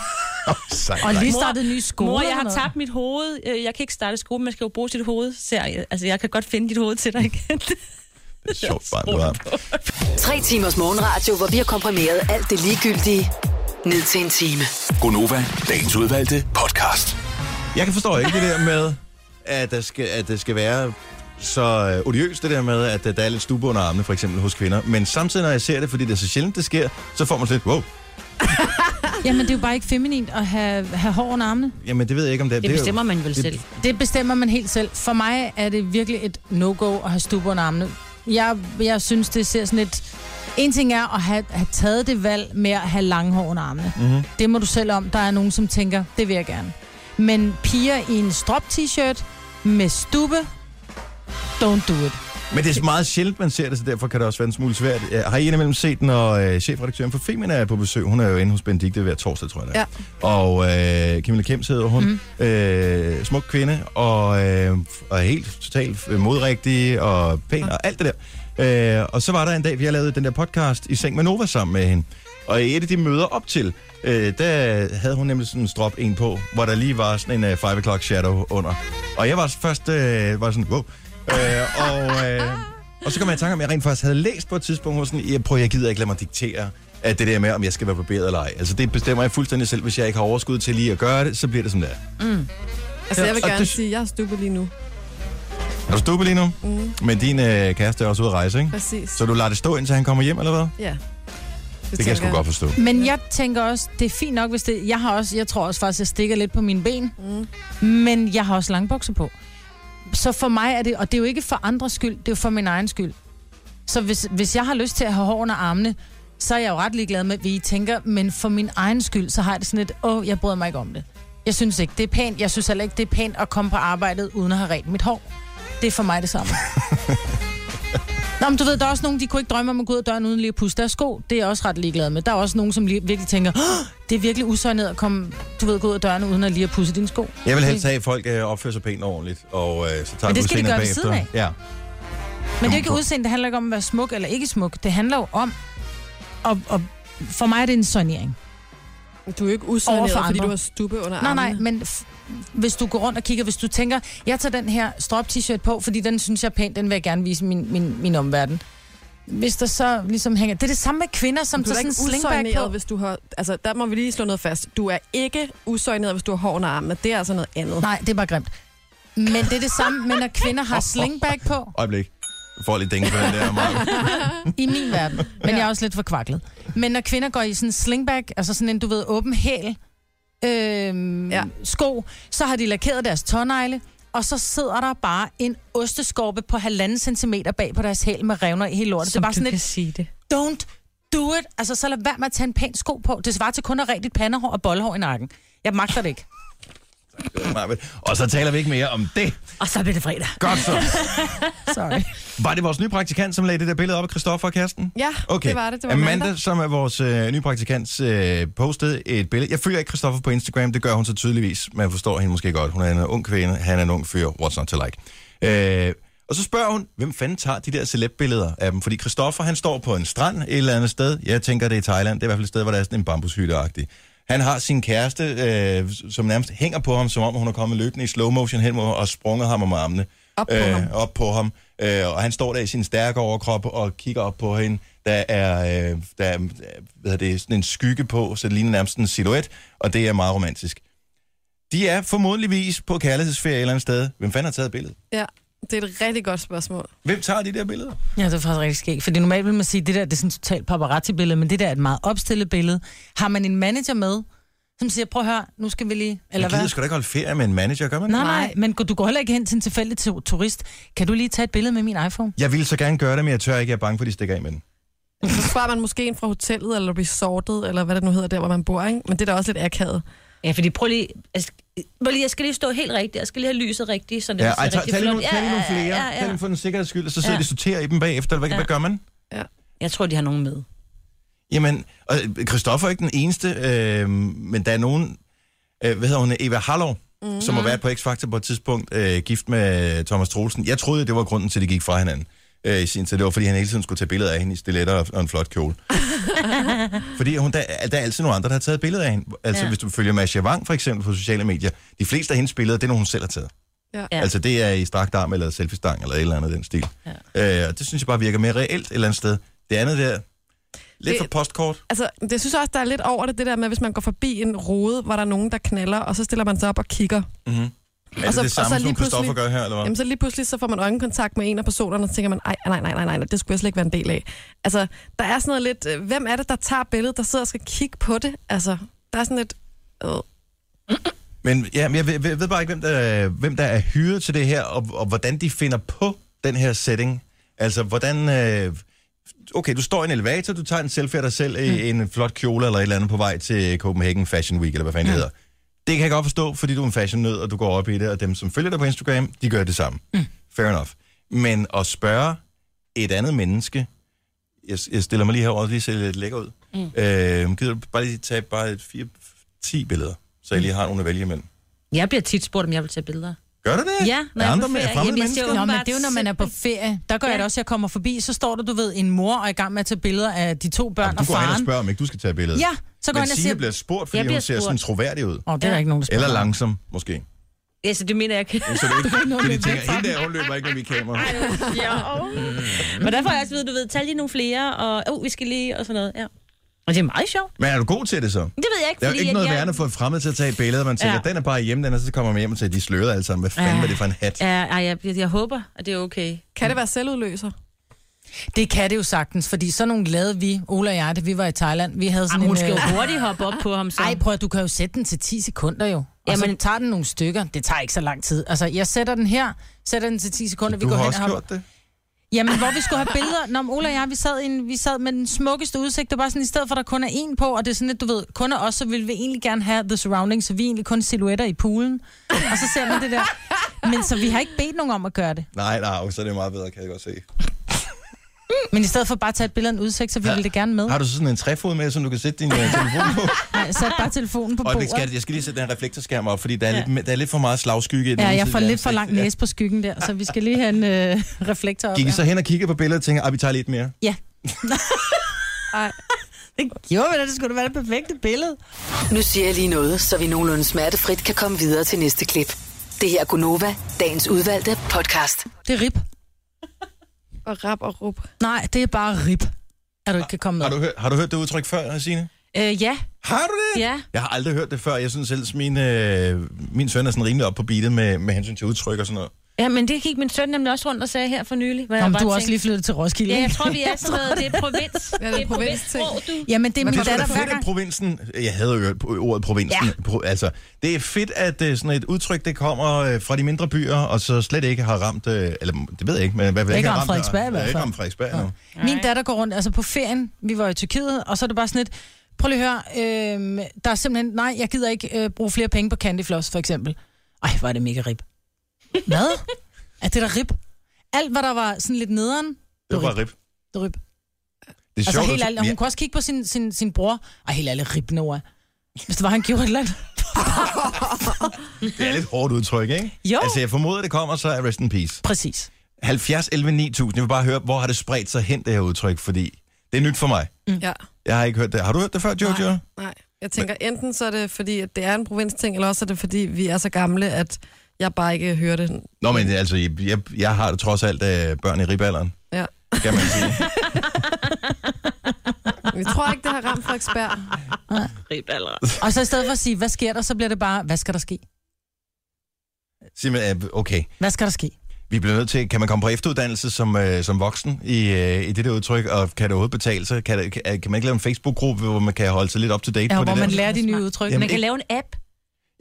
Sejt, Og nej. lige startet nye skoler. Mor, jeg eller har noget. tabt mit hoved. Øh, Jeg kan ikke starte skole, man skal jo bruge sit hoved. Serie. Altså, jeg kan godt finde dit hoved til dig igen. Sjovt barn, du har. Tre timers morgenradio, hvor vi har komprimeret alt det ligegyldige ned til en time. Gonova, dagens udvalgte podcast. Jeg kan forstå ikke det der med, at, der skal, at det skal være så øh, odiøst det der med, at øh, der er lidt stube under armene, for eksempel hos kvinder. Men samtidig, når jeg ser det, fordi det er så sjældent, det sker, så får man sådan lidt, wow, Jamen, det er jo bare ikke feminint at have, have hår under armene. jamen det ved jeg ikke, om det er. Det bestemmer er man vel det- selv. Det bestemmer man helt selv. For mig er det virkelig et no-go at have stup under armene. Jeg, jeg synes, det ser sådan lidt... En ting er at have, have taget det valg med at have lange hår under armene. Mm-hmm. Det må du selv om. Der er nogen, som tænker, det vil jeg gerne. Men piger i en strop-t-shirt med stube, don't do it. Jo, men det er meget sjældent, man ser det, så derfor kan det også være en smule svært. Øh, Har I indimellem set, når øh, chefredaktøren for Femina er på besøg? Hun er jo inde hos Benedikte hver torsdag, tror jeg. det er. Ja. Og øh, Camilla Kems hedder hun. Mm. Øh, smuk kvinde, og, øh, og helt totalt øh, modrigtig og pæn og alt det der. Øh, og så var der en dag, vi har lavet den der podcast i Seng med Nova sammen med hende. Og i et af de møder op til, øh, der havde hun nemlig sådan en strop en på, hvor der lige var sådan en øh, 5 o'clock shadow under. Og jeg var først øh, var sådan, wow. Øh, og, øh, og så kom jeg i tanke om, at jeg rent faktisk havde læst på et tidspunkt, hvor sådan, jeg, prøv, jeg gider ikke lade mig diktere at det der med, om jeg skal være barberet eller ej. Altså, det bestemmer jeg fuldstændig selv. Hvis jeg ikke har overskud til lige at gøre det, så bliver det som det er. Altså, jeg vil Og gerne det- sige, at jeg er stubbe lige nu. Er du stupe lige nu? Mm. Men din øh, kæreste er også ude at rejse, ikke? Præcis. Så du lader det stå, indtil han kommer hjem, eller hvad? Ja. Det kan jeg sgu godt forstå. Men jeg tænker også, det er fint nok, hvis det... Jeg, har også, jeg tror også faktisk, jeg stikker lidt på mine ben. Mm. Men jeg har også langbukser på. Så for mig er det... Og det er jo ikke for andres skyld, det er jo for min egen skyld. Så hvis, hvis jeg har lyst til at have hår under armene, så er jeg jo ret ligeglad med, hvad I tænker. Men for min egen skyld, så har jeg det sådan lidt... Åh, jeg bryder mig ikke om det. Jeg synes ikke, det er pænt. Jeg synes heller ikke, det er pænt at komme på arbejdet, uden at have rent mit hår. Det er for mig det samme. Nå, men du ved, der er også nogen, de kunne ikke drømme om at gå ud af døren uden lige at puste deres sko. Det er jeg også ret ligeglad med. Der er også nogen, som lige, virkelig tænker, "Åh, det er virkelig usøgnet at komme, du ved, gå ud af døren uden at lige at pusse dine sko. Jeg vil helst have, at folk øh, opfører sig pænt og ordentligt, og øh, så tager Men det vi skal de udseendet gøre ved siden bagefter. Ja. Men det er jo ikke udseende, det handler ikke om at være smuk eller ikke smuk. Det handler jo om, og, og for mig er det en sonering. Du er jo ikke Over usøgneret, for fordi andre. du har stubbe under Nej, nej, armene. men f- hvis du går rundt og kigger, hvis du tænker, jeg tager den her strop-t-shirt på, fordi den synes jeg er pæn, den vil jeg gerne vise min, min, min omverden. Hvis der så ligesom hænger... Det er det samme med kvinder, som Du er tager da sådan en ikke slingback på. usøgneret, hvis du har... Altså, der må vi lige slå noget fast. Du er ikke usøgneret, hvis du har hår under armene. Det er altså noget <laughs> andet. Nej, det er bare grimt. Men det er det samme, men når kvinder har slingback på, Øjeblik. Jeg får lidt dænge på den der, <laughs> Maja. i min verden, men jeg er også lidt forkvaklet. Men når kvinder går i sådan en slingback, altså sådan en, du ved, åben hæl, øhm, ja. Ja. sko, så har de lakeret deres tånegle, og så sidder der bare en osteskorpe på halvanden centimeter bag på deres hæl med revner i hele lortet. det er bare sådan et, sige det. don't do it. Altså, så lad være med at tage en pæn sko på. Det svarer til kun at have rigtigt pandehår og boldhår i nakken. Jeg magter det ikke. Maja. Og så taler vi ikke mere om det. Og så bliver det fredag. Godt så. Sorry. Var det vores nye praktikant, som lagde det der billede op af Christoffer og Kirsten? Ja, Okay. det var det. Det var Amanda, mandag. som er vores øh, nye praktikant, øh, postede et billede. Jeg følger ikke Christoffer på Instagram, det gør hun så tydeligvis. Man forstår hende måske godt. Hun er en ung kvinde, han er en ung fyr. What's not to like? Øh, og så spørger hun, hvem fanden tager de der celeb-billeder af dem? Fordi Christoffer, han står på en strand et eller andet sted. Jeg tænker, det er i Thailand. Det er i hvert fald et sted, hvor der er sådan en bambushytte -agtig. Han har sin kæreste, øh, som nærmest hænger på ham, som om hun er kommet løbende i slow motion hen mod ham og sprunget ham om armene Op på ham. op på ham, øh, og han står der i sin stærke overkrop og kigger op på hende. Der er, øh, der er øh, hvad hedder det, sådan en skygge på, så det ligner nærmest en silhuet, og det er meget romantisk. De er formodentligvis på kærlighedsferie et eller andet sted. Hvem fanden har taget billedet? Ja, det er et rigtig godt spørgsmål. Hvem tager de der billeder? Ja, det er faktisk rigtig skægt, fordi normalt vil man sige, at det der det er sådan et totalt paparazzi-billede, men det der er et meget opstillet billede. Har man en manager med, som siger, prøv at høre, nu skal vi lige... Eller Jeg hvad? gider sgu da ikke holde ferie med en manager, gør man det? Nej, nej, men du går heller ikke hen til en tilfældig tu- turist. Kan du lige tage et billede med min iPhone? Jeg ville så gerne gøre det, men jeg tør ikke. Jeg er bange for, at de stikker af med den. Så sparer man måske en fra hotellet, eller resortet, eller hvad det nu hedder, der hvor man bor, ikke? Men det er da også lidt akavet. Ja, fordi prøv lige... Jeg skal, prøv lige, jeg skal lige stå helt rigtigt. Jeg skal lige have lyset rigtigt, så det Ja, ser ej, tag, rigtig tag, lige flot. nogle, tag lige nogle flere. Ja, Tag ja, ja. lige for den sikkerheds skyld, og så sidder Ja. de og sorterer i dem bagefter. Hvad, Ja. hvad gør man? Jeg tror, de har nogen med. Jamen, og øh, Christoffer er ikke den eneste, øh, men der er nogen, øh, hvad hedder hun, Eva Harlow, mm. som har været på X-Factor på et tidspunkt, øh, gift med Thomas Troelsen. Jeg troede, det var grunden til, at de gik fra hinanden. øh, i sin tid. Det var, fordi han hele tiden skulle tage billeder af hende i stiletter og, og en flot kjole. fordi hun, der, der er altid nogle andre, der har taget billeder af hende. Altså, ja. Ja. hvis du følger Masha Wang for eksempel på sociale medier, de fleste af hendes billeder, det er nogle, hun selv har taget. Ja. Ja. Ja. Altså, det er i strakt arm eller selfie-stang eller et eller andet af den stil. Ja. Øh, og det synes jeg bare virker mere reelt et eller andet sted. Det andet der, lidt Det- for postkort. Altså, det jeg synes også, der er lidt over det, det der med, hvis man går forbi en rode, hvor der er nogen, der knaller, og så stiller man sig op og kigger. Mm-hmm. Er det så- det og så samme, som lige Christoffer pludselig- gør her, eller hvad? Jamen så lige pludselig så får man øjenkontakt med en af personerne, og så tænker man, "Ej, nej, nej, nej, nej, nej, det skulle jeg slet ikke være en del af. Altså, der er sådan noget lidt, øh, hvem er det, der tager billedet, der sidder og skal kigge på det? Altså, der er sådan lidt, øh, Men ja, men jeg ved, ved, ved bare ikke, hvem der, hvem der er hyret til det her, og, og hvordan de finder på den her setting. Altså, hvordan... Øh, okay, du står i en elevator, du tager en selfie af dig selv i Mm. en flot kjole eller et eller andet på vej til Copenhagen Fashion Week, eller hvad fanden mm. det hedder. Det kan jeg godt forstå, fordi du er en fashion-nød, og du går op i det, og dem, som følger dig på Instagram, de gør det samme. Mm. Fair enough. Men at spørge et andet menneske, jeg, jeg stiller mig lige herover og lige ser lidt lækker ud, mm. øh, gider du bare lige tage bare 4-10 billeder, så jeg lige har nogle at vælge imellem? Jeg bliver tit spurgt, om jeg vil tage billeder. Gør du det? Ja, når når jeg andre er på med ferie. fremmede Jamen, jeg mennesker? ser jo- Nå, men Åbenbart det er jo, når man er på ferie. Der gør ja. Ja. jeg det også, jeg kommer forbi, så står der, du ved, en mor og er i gang med at tage billeder af de to børn Du og går hen og faren. spørger, om ikke du skal tage billedet. Ja, så Men går jeg hen og Signe siger... bliver spurgt, fordi Jeg hun bliver ser spurgt. sådan troværdig ud. Åh, oh, det er der ikke nogen, der spørger. Eller langsom, måske. Ja, så det mener jeg ikke. Så det er ikke, nogen, fordi de der tænker, ved fra hende der, hun løber ikke med mit kamera. Jo. <laughs> Men der får jeg også at vide, du ved, tag lige nogle flere, og oh, vi skal lige, og sådan noget. Ja. Og det er meget sjovt. Men er du god til det så? Det ved jeg ikke, Der er jo fordi ikke noget at værende for et fremmed til at tage et billede, og man tænker, Ja. den er bare hjemme, den er, så kommer man hjem og siger, de slørede alle sammen. Hvad fanden Ja. var det for en hat? Ja, ej, jeg, jeg, jeg håber, at det er okay. kan det være selvudløser? Det kan det jo sagtens, fordi sådan nogle lavede vi, Ola og jeg, da vi var i Thailand. Vi havde sådan Jamen, hun en... skal jo øh, hurtigt hoppe op på ham, så. Ej, prøv at, du kan jo sætte den til 10 sekunder jo. Og Jamen, Jamen- så tager den nogle stykker. Det tager ikke så lang tid. Altså, jeg sætter den her, sætter den til 10 sekunder, vi Du går har hen og også hopper. gjort det. Jamen, hvor vi skulle have billeder. Nå, men Ola og jeg, vi sad, i en, vi sad med den smukkeste udsigt. Det var bare sådan, i stedet for, at der kun er en på, og det er sådan lidt, du ved, kun er os, så ville vi egentlig gerne have the surrounding, så vi er egentlig kun silhuetter i poolen. Og så ser man det der. Men så vi har ikke bedt nogen om at gøre det. Nej, nej, okay, så er det meget bedre, kan jeg godt se. Men i stedet for bare at tage et billede af en udsigt, så ville vi det gerne med. Har du så sådan en træfod med, som du kan sætte din øh, telefon <laughs> på? Nej, sæt bare telefonen på Og det bordet. skal, jeg skal lige sætte den reflektorskærm op, fordi der er, lidt, der er lidt for meget slagskygge. i den Ja, ene jeg side får af lidt for ansigtet. lang Ja. næse på skyggen der, så vi skal lige have en øh, reflektor op. Gik I ja. så hen og kiggede på billedet og tænkte, at vi tager lidt mere? Ja. <laughs> Ej. Det gjorde vi da, det skulle da være det perfekte billede. Nu siger jeg lige noget, så vi nogenlunde smertefrit kan komme videre til næste klip. Det her er Gunova, dagens udvalgte podcast. Det er rib. Og rap og rup. Nej, det er bare rib. Er du ikke kan komme med. Har du, hørt, har du hørt det udtryk før, Signe? Øh, ja, Har du det? ja. Jeg har aldrig hørt det før. Jeg synes selv, min, øh, min søn er sådan rimelig op på beatet med, med hensyn til udtryk og sådan noget. Ja, men det gik min søn nemlig også rundt og sagde her for nylig. Hvor Nå, men bare du er også tænkte, lige flyttet til Roskilde. Ja, ikke? jeg tror, vi er sådan noget. <laughs> Det er provins. det er provinsting. du. Jamen, det er min Det er da datter hver fedt, at gang. provinsen... Jeg havde jo ordet provinsen. Ja. Pro, altså, det er fedt, at øh, sådan et udtryk, det kommer øh, fra de mindre byer, og så slet ikke har ramt... Øh, eller, det ved jeg ikke, men i hvert fald Ikke har ramt Frederiksberg i øh, hvert Ikke fald. ramt Frederiksberg nu. Min datter går rundt, altså på ferien, vi var i Tyrkiet, og så er det bare sådan et, prøv lige at høre, øh, der er simpelthen, nej, jeg gider ikke øh, bruge flere penge på Candyfloss, for eksempel. Ej, var det mega rib. <laughs> Hvad? er det der rib? Alt, hvad der var sådan lidt nederen, det Det var var rib. rip. Det var rib. Det er Altså sjovt. helt at- ærligt, og hun kunne også kigge på sin, sin, sin bror. Ej, helt ærligt, rib Noah. Hvis det var, han gjorde et eller andet. ja, det er lidt hårdt udtryk, ikke? Jo. Altså, jeg formoder, det kommer, så er rest in peace. Præcis. 70, 11, 9000. Jeg vil bare høre, hvor har det spredt sig hen, det her udtryk? Fordi det er nyt for mig. Ja. Jeg har ikke hørt det. Har du hørt det før, Jojo? Nej, nej. Jeg tænker, enten så er det fordi, at det er en provinsting, eller også er det fordi, vi er så gamle, at jeg bare ikke hører det. Nå, men altså, jeg, jeg, jeg har trods alt øh, børn i ribalderen, Ja. kan man sige. Vi tror ikke, det har ramt Frederiksberg. Og så i stedet for at sige, hvad sker der, så bliver det bare, hvad skal der ske? Simpelthen, øh, okay, Hvad skal der ske? vi bliver nødt til, kan man komme på efteruddannelse som, øh, som voksen i, øh, i det der udtryk, og kan det overhovedet betale sig? Kan, det- kan, kan man ikke lave en Facebook-gruppe, hvor man kan holde sig lidt up to date Ja, på hvor det man der? lærer de nye udtryk. Jamen, Man kan ikke- lave en app,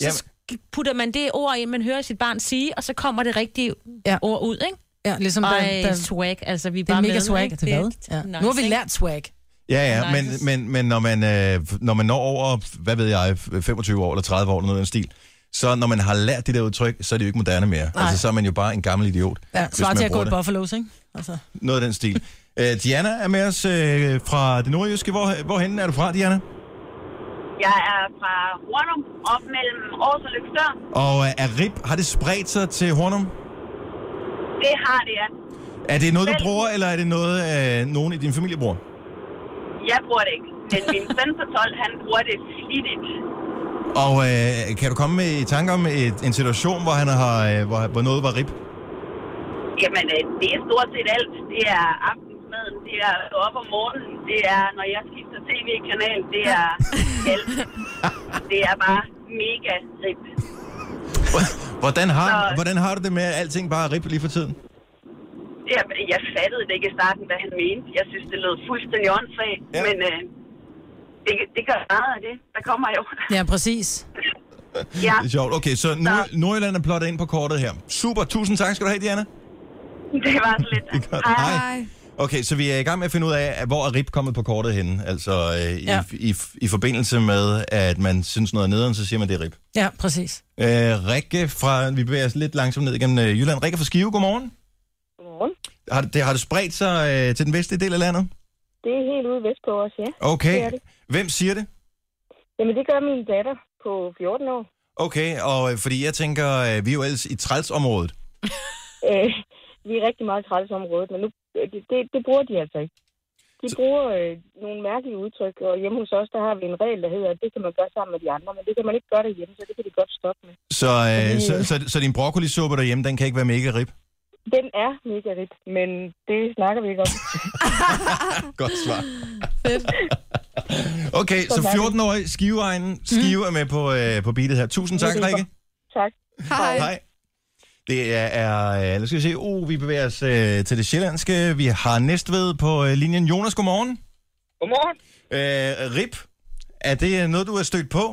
Jamen, så sk- putter man det ord ind, man hører sit barn sige, og så kommer det rigtige Ja. ja. ord ud, ikke? Ja, ligesom der, Ej, der, swag, altså vi er det er bare mega med, swag. ikke? Det hvad? Ja. Nu har vi <laughs> lært swag. Ja, ja, men, Nice. men, men når, man, øh, når man når over, hvad ved jeg, 25 år eller 30 år eller noget af den stil, så når man har lært de der udtryk, så er det jo ikke moderne mere. Nej. Altså, så er man jo bare en gammel idiot. Ja, hvis svar man til at bruger gå i det. Buffalo's, ikke? Altså. Noget af den stil. Øh, Diana er med os øh, fra det nordjyske. Hvor, hvorhen er du fra, Diana? Jeg er fra Hornum, op mellem Aarhus og Løgstør. Og øh, er rib, har det spredt sig til Hornum? Det har det, ja. Er det noget, du Selv- bruger, eller er det noget, øh, nogen i din familie bruger? Jeg bruger det ikke, men min søn på 12, han bruger det flittigt. Og øh, kan du komme med i tanke om et, en situation, hvor, han har, øh, hvor, hvor noget var rib? Jamen, øh, det er stort set alt. Det er aftensmaden, det er at stå op om morgenen, det er, når jeg skifter tv-kanal, det er alt. Det er bare mega rip. Hvordan har, Nå. hvordan har du det med, at alting bare er rib lige for tiden? Det er, jeg fattede det ikke i starten, hvad han mente. Jeg synes, det lød fuldstændig åndssvagt, Ja. ja. men øh, det, det gør meget af det. Der kommer jo. Ja, præcis. <laughs> ja, Det er sjovt. Okay, så Nord- Nordjylland er plottet ind på kortet her. Super, tusind tak skal du have, Diana. det var så lidt. Det er godt. Hej. Okay, så vi er i gang med at finde ud af, at hvor er RIP kommet på kortet henne? Altså øh, i, ja. Ja. i, i forbindelse med, at man synes noget er nederen, så siger man, det er RIP. Ja, præcis. Øh, Rikke fra, vi bevæger os lidt langsomt ned igennem øh, Jylland. Rikke fra Skive, godmorgen. Godmorgen. Har det, har det spredt sig øh, til den vestlige del af landet? Det er helt ude vestpå også, ja. Det Okay, er det. hvem siger det? Jamen, det gør min datter på 14 år. Okay, og øh, fordi jeg tænker, øh, vi er jo ellers i trælsområdet. Øh, vi er rigtig meget træls området, men nu, øh, det, det, det bruger de altså ikke. De bruger øh, nogle mærkelige udtryk, og hjemme hos os, der har vi en regel, der hedder, at det kan man gøre sammen med de andre, men det kan man ikke gøre derhjemme, så det kan de godt stoppe med. Så, øh, Fordi- så, så, så din broccolisuppe derhjemme, den kan ikke være mega rib. Den er mega rigt, men det snakker vi ikke om. Godt svar. okay, så 14-årig skiveegnen. Skive er med på, øh, på beatet her. Tusind tak, Det er Rikke. Tak. Hej. Hej. Hej. Det er, er øh, nu skal vi se, oh, vi bevæger os øh, til det sjællandske. Vi har Næstved på øh, linjen. Jonas, godmorgen. Godmorgen. Øh, rip, er det øh, noget, du er stødt på?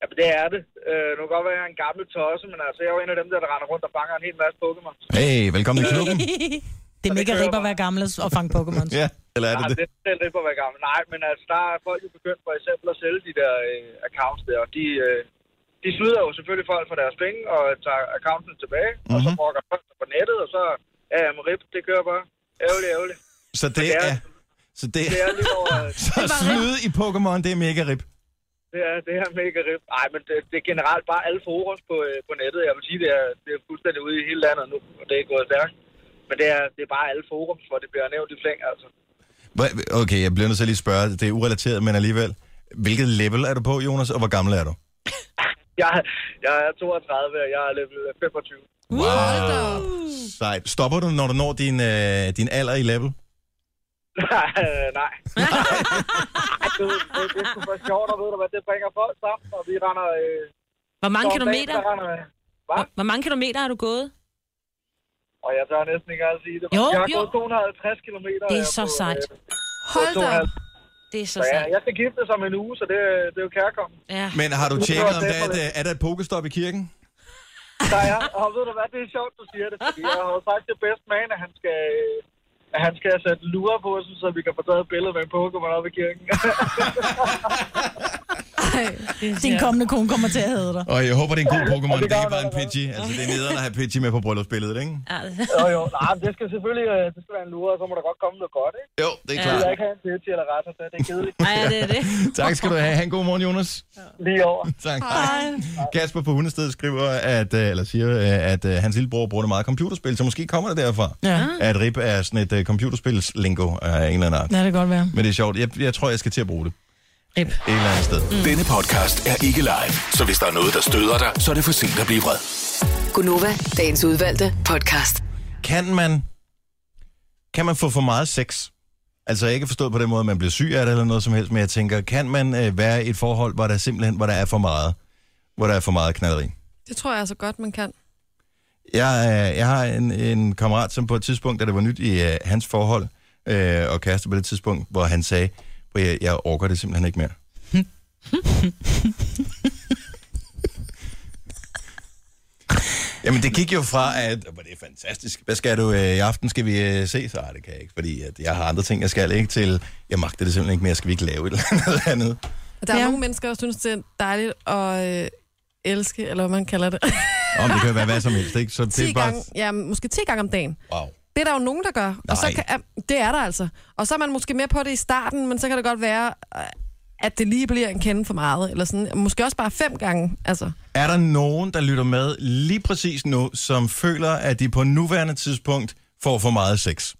Jamen, det er det. Øh, nu kan godt være, at jeg er en gammel tosse, men altså, jeg er jo en af dem, der, der render rundt og fanger en hel masse Pokémon. Hey, velkommen i klubben. Det er mega kører rip at bare. være gammel og- og fange Pokémon. <laughs> Ja, eller er det Nej, det Altså, det? er selv lidt på at være gammel. Nej, men altså, der er folk jo begyndt for eksempel at sælge de der øh, accounts der, og de, øh, de snyder jo selvfølgelig folk for deres penge og tager accounten tilbage, mm-hmm. og så Mhm. brokker folk sig på nettet, og så er jeg rip, det kører bare. Ærgerligt, ærgerligt. Så det er- er... Så det Det er... er lidt <laughs> over... Så snyde i Pokémon, det er mega rip. Det er, det er mega rip. Nej, men det, det, er generelt bare alle forums på, øh, på nettet. Jeg vil sige, det er, det er fuldstændig ude i hele landet nu, og det er gået stærkt. Men det er, det er bare alle forums, hvor det bliver nævnt i flæng, altså. Hva- Okay, jeg bliver nødt til at lige spørge. Det er urelateret, men alligevel. Hvilket level er du på, Jonas, og hvor gammel er du? Jeg, jeg er 32, og jeg er level 25. Wow. Sejt. Stopper du, når du når din, øh, din alder i level? <laughs> Nej, nej. Ej, det, det, det er sgu for sjovt, og ved du hvad, det bringer folk sammen, og vi render... Øh, Hvor mange om dagen, kilometer? der render, øh, Hvad? Hvor, hvor mange kilometer har du gået? Og jeg tør næsten ikke at sige det. Jo, jeg har jo. gået 250 kilometer. Det er øh, så på, øh, sejt. Hold da. op. 250. Det er så Så jeg, sejt. jeg skal gifte som en uge, så det, øh, det er jo kærkommen. Ja. Men har du tjekket, om der er, et, øh, er der et pokestop i kirken? Der er, <laughs> og ved du hvad, det er sjovt, du siger det, fordi jeg har jo sagt til bedst man, at han skal, øh, at han skal sætte lurer på, sådan, så vi kan få taget et billede med en Pokémon op i kirken. Din kommende kone kommer til at hedde dig. Og jeg håber, det er en god Pokémon. Det gør er ikke bare der, en Pidgey. Altså, det er nederen at have Pidgey med på bryllupsbilledet, ikke? Ja. <laughs> jo, jo, nej, men det skal selvfølgelig øh, det skal være en lure, og så må der godt komme noget godt, ikke? Jo, det er Ja. Jeg klart. vil ikke have en pitch eller ret, så det er kedeligt Ej, ja, det er <laughs> det. Tak skal du have. Ha' en god morgen, Jonas. lige over. Tak. Hej. Kasper på Hundested skriver, at, øh, eller siger, øh, at øh, hans lillebror bruger det meget computerspil, så måske kommer det derfra. Ja. At RIP er sådan et uh, computerspils-lingo af en eller anden art. Ja, det kan godt være. Men det er sjovt. Jeg, jeg tror, jeg skal til at bruge det. Rip. Et eller andet sted. Denne podcast er ikke live, så hvis der er noget, der støder dig, så er det for sent at blive vred. Gunova, dagens udvalgte podcast. Kan man, kan man få for meget sex? Altså ikke forstået på den måde, at man bliver syg af det eller noget som helst, men jeg tænker, kan man øh, være i et forhold, hvor der simpelthen hvor der er for meget, hvor der er for meget knalderi? Det tror jeg altså godt, man kan. Jeg, øh, jeg har en, en kammerat, som på et tidspunkt, da det var nyt i øh, hans forhold, øh, og kæreste på det tidspunkt, hvor han sagde, "Prøv at høre, jeg orker det simpelthen ikke mere. Jamen, det gik jo fra, at "Hvor det er fantastisk. Hvad skal du øh, i aften? Skal vi øh, se? Så det kan jeg ikke, fordi at jeg har andre ting, jeg skal ikke til. Jeg magter det simpelthen ikke mere. Skal vi ikke lave et eller andet? Og Der er Ja. ja. nogle mennesker, der synes, det er dejligt at øh, elske, eller hvad man kalder det. Om det kan jo være hvad som helst, ikke? Så <laughs> det 10 er bare... gange, ja, måske 10 gange om dagen. Wow. Det er der jo nogen, der gør. Nej. Og så Nej. kan, ja, det er der altså. Og så er man måske med på det i starten, men så kan det godt være, øh, at det lige bliver en kende for meget. Eller sådan. Måske også bare fem gange. Altså. Er der nogen, der lytter med lige præcis nu, som føler, at de på nuværende tidspunkt får for meget sex.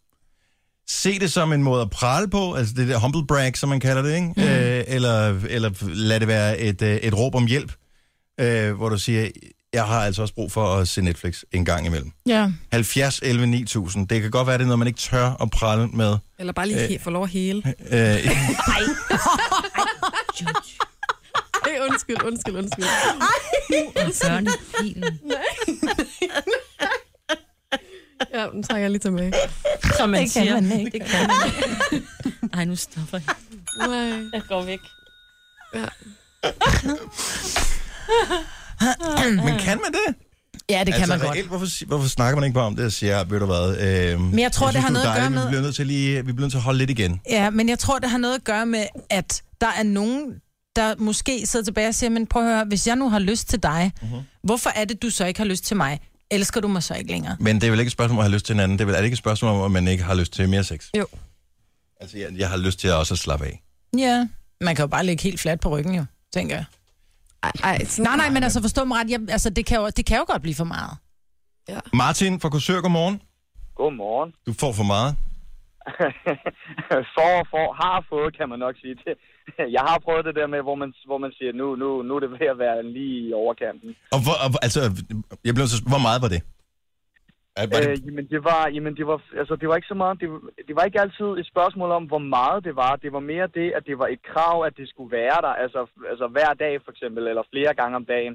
Se det som en måde at prale på, altså det der humble brag, som man kalder det, ikke? Mm. Øh, eller, eller lad det være et, øh, et råb om hjælp, øh, hvor du siger, jeg har altså også brug for at se Netflix en gang imellem. Ja. 70, 11, 9000. Det kan godt være, det er noget, man ikke tør at prale med. Eller bare lige Øh. øh. få lov at hele. <laughs> Øh, <laughs> Nej. Ej, undskyld, undskyld, undskyld. Børne. <laughs> Ja, den trækker jeg lige <laughs> tilbage. Som man Det kan siger. man ikke. Det kan man ikke. Ej, nu stopper jeg. Nej. Jeg går væk. men kan man det? Ja, det kan altså, man godt. Reelt, hvorfor, si- hvorfor snakker man ikke bare om det og siger, "Ja, ved du hvad, øh, Men jeg tror, det har noget at gøre med- Vi bliver nødt til, lige, vi bliver nødt til at holde lidt igen. Ja, men jeg tror, det har noget at gøre med, at der er nogen, der måske sidder tilbage og siger, men prøv at høre, hvis jeg nu har lyst til dig, uh-huh. hvorfor er det, du så ikke har lyst til mig? Elsker du mig så ikke længere? Men det er vel ikke et spørgsmål om at have lyst til hinanden. Det er vel er det ikke et spørgsmål om, at man ikke har lyst til mere sex? Jo. Altså, jeg, jeg har lyst til også at slappe af. Ja. Man kan jo bare ligge helt fladt på ryggen, jo, tænker jeg. Ej, ej, sådan, Nej, nej, men altså forstå mig ret, jeg, altså, det, kan jo, det kan jo godt blive for meget. Martin fra Korsør, godmorgen. Godmorgen. <laughs> Du får for meget. for, for, har fået, kan man nok sige det. Jeg har prøvet det der med, hvor man, hvor man siger, nu, nu, nu er det ved at være lige i overkanten. Og, hvor, og hvor- altså, jeg blev så, hvor meget var det? Er, var det Øh, jamen, det var, jamen det, var, altså, det var ikke så meget, det, var- det var ikke altid et spørgsmål om, hvor meget det var. Det var mere det, at det var et krav, at det skulle være der, altså, altså hver dag for eksempel, eller flere gange om dagen.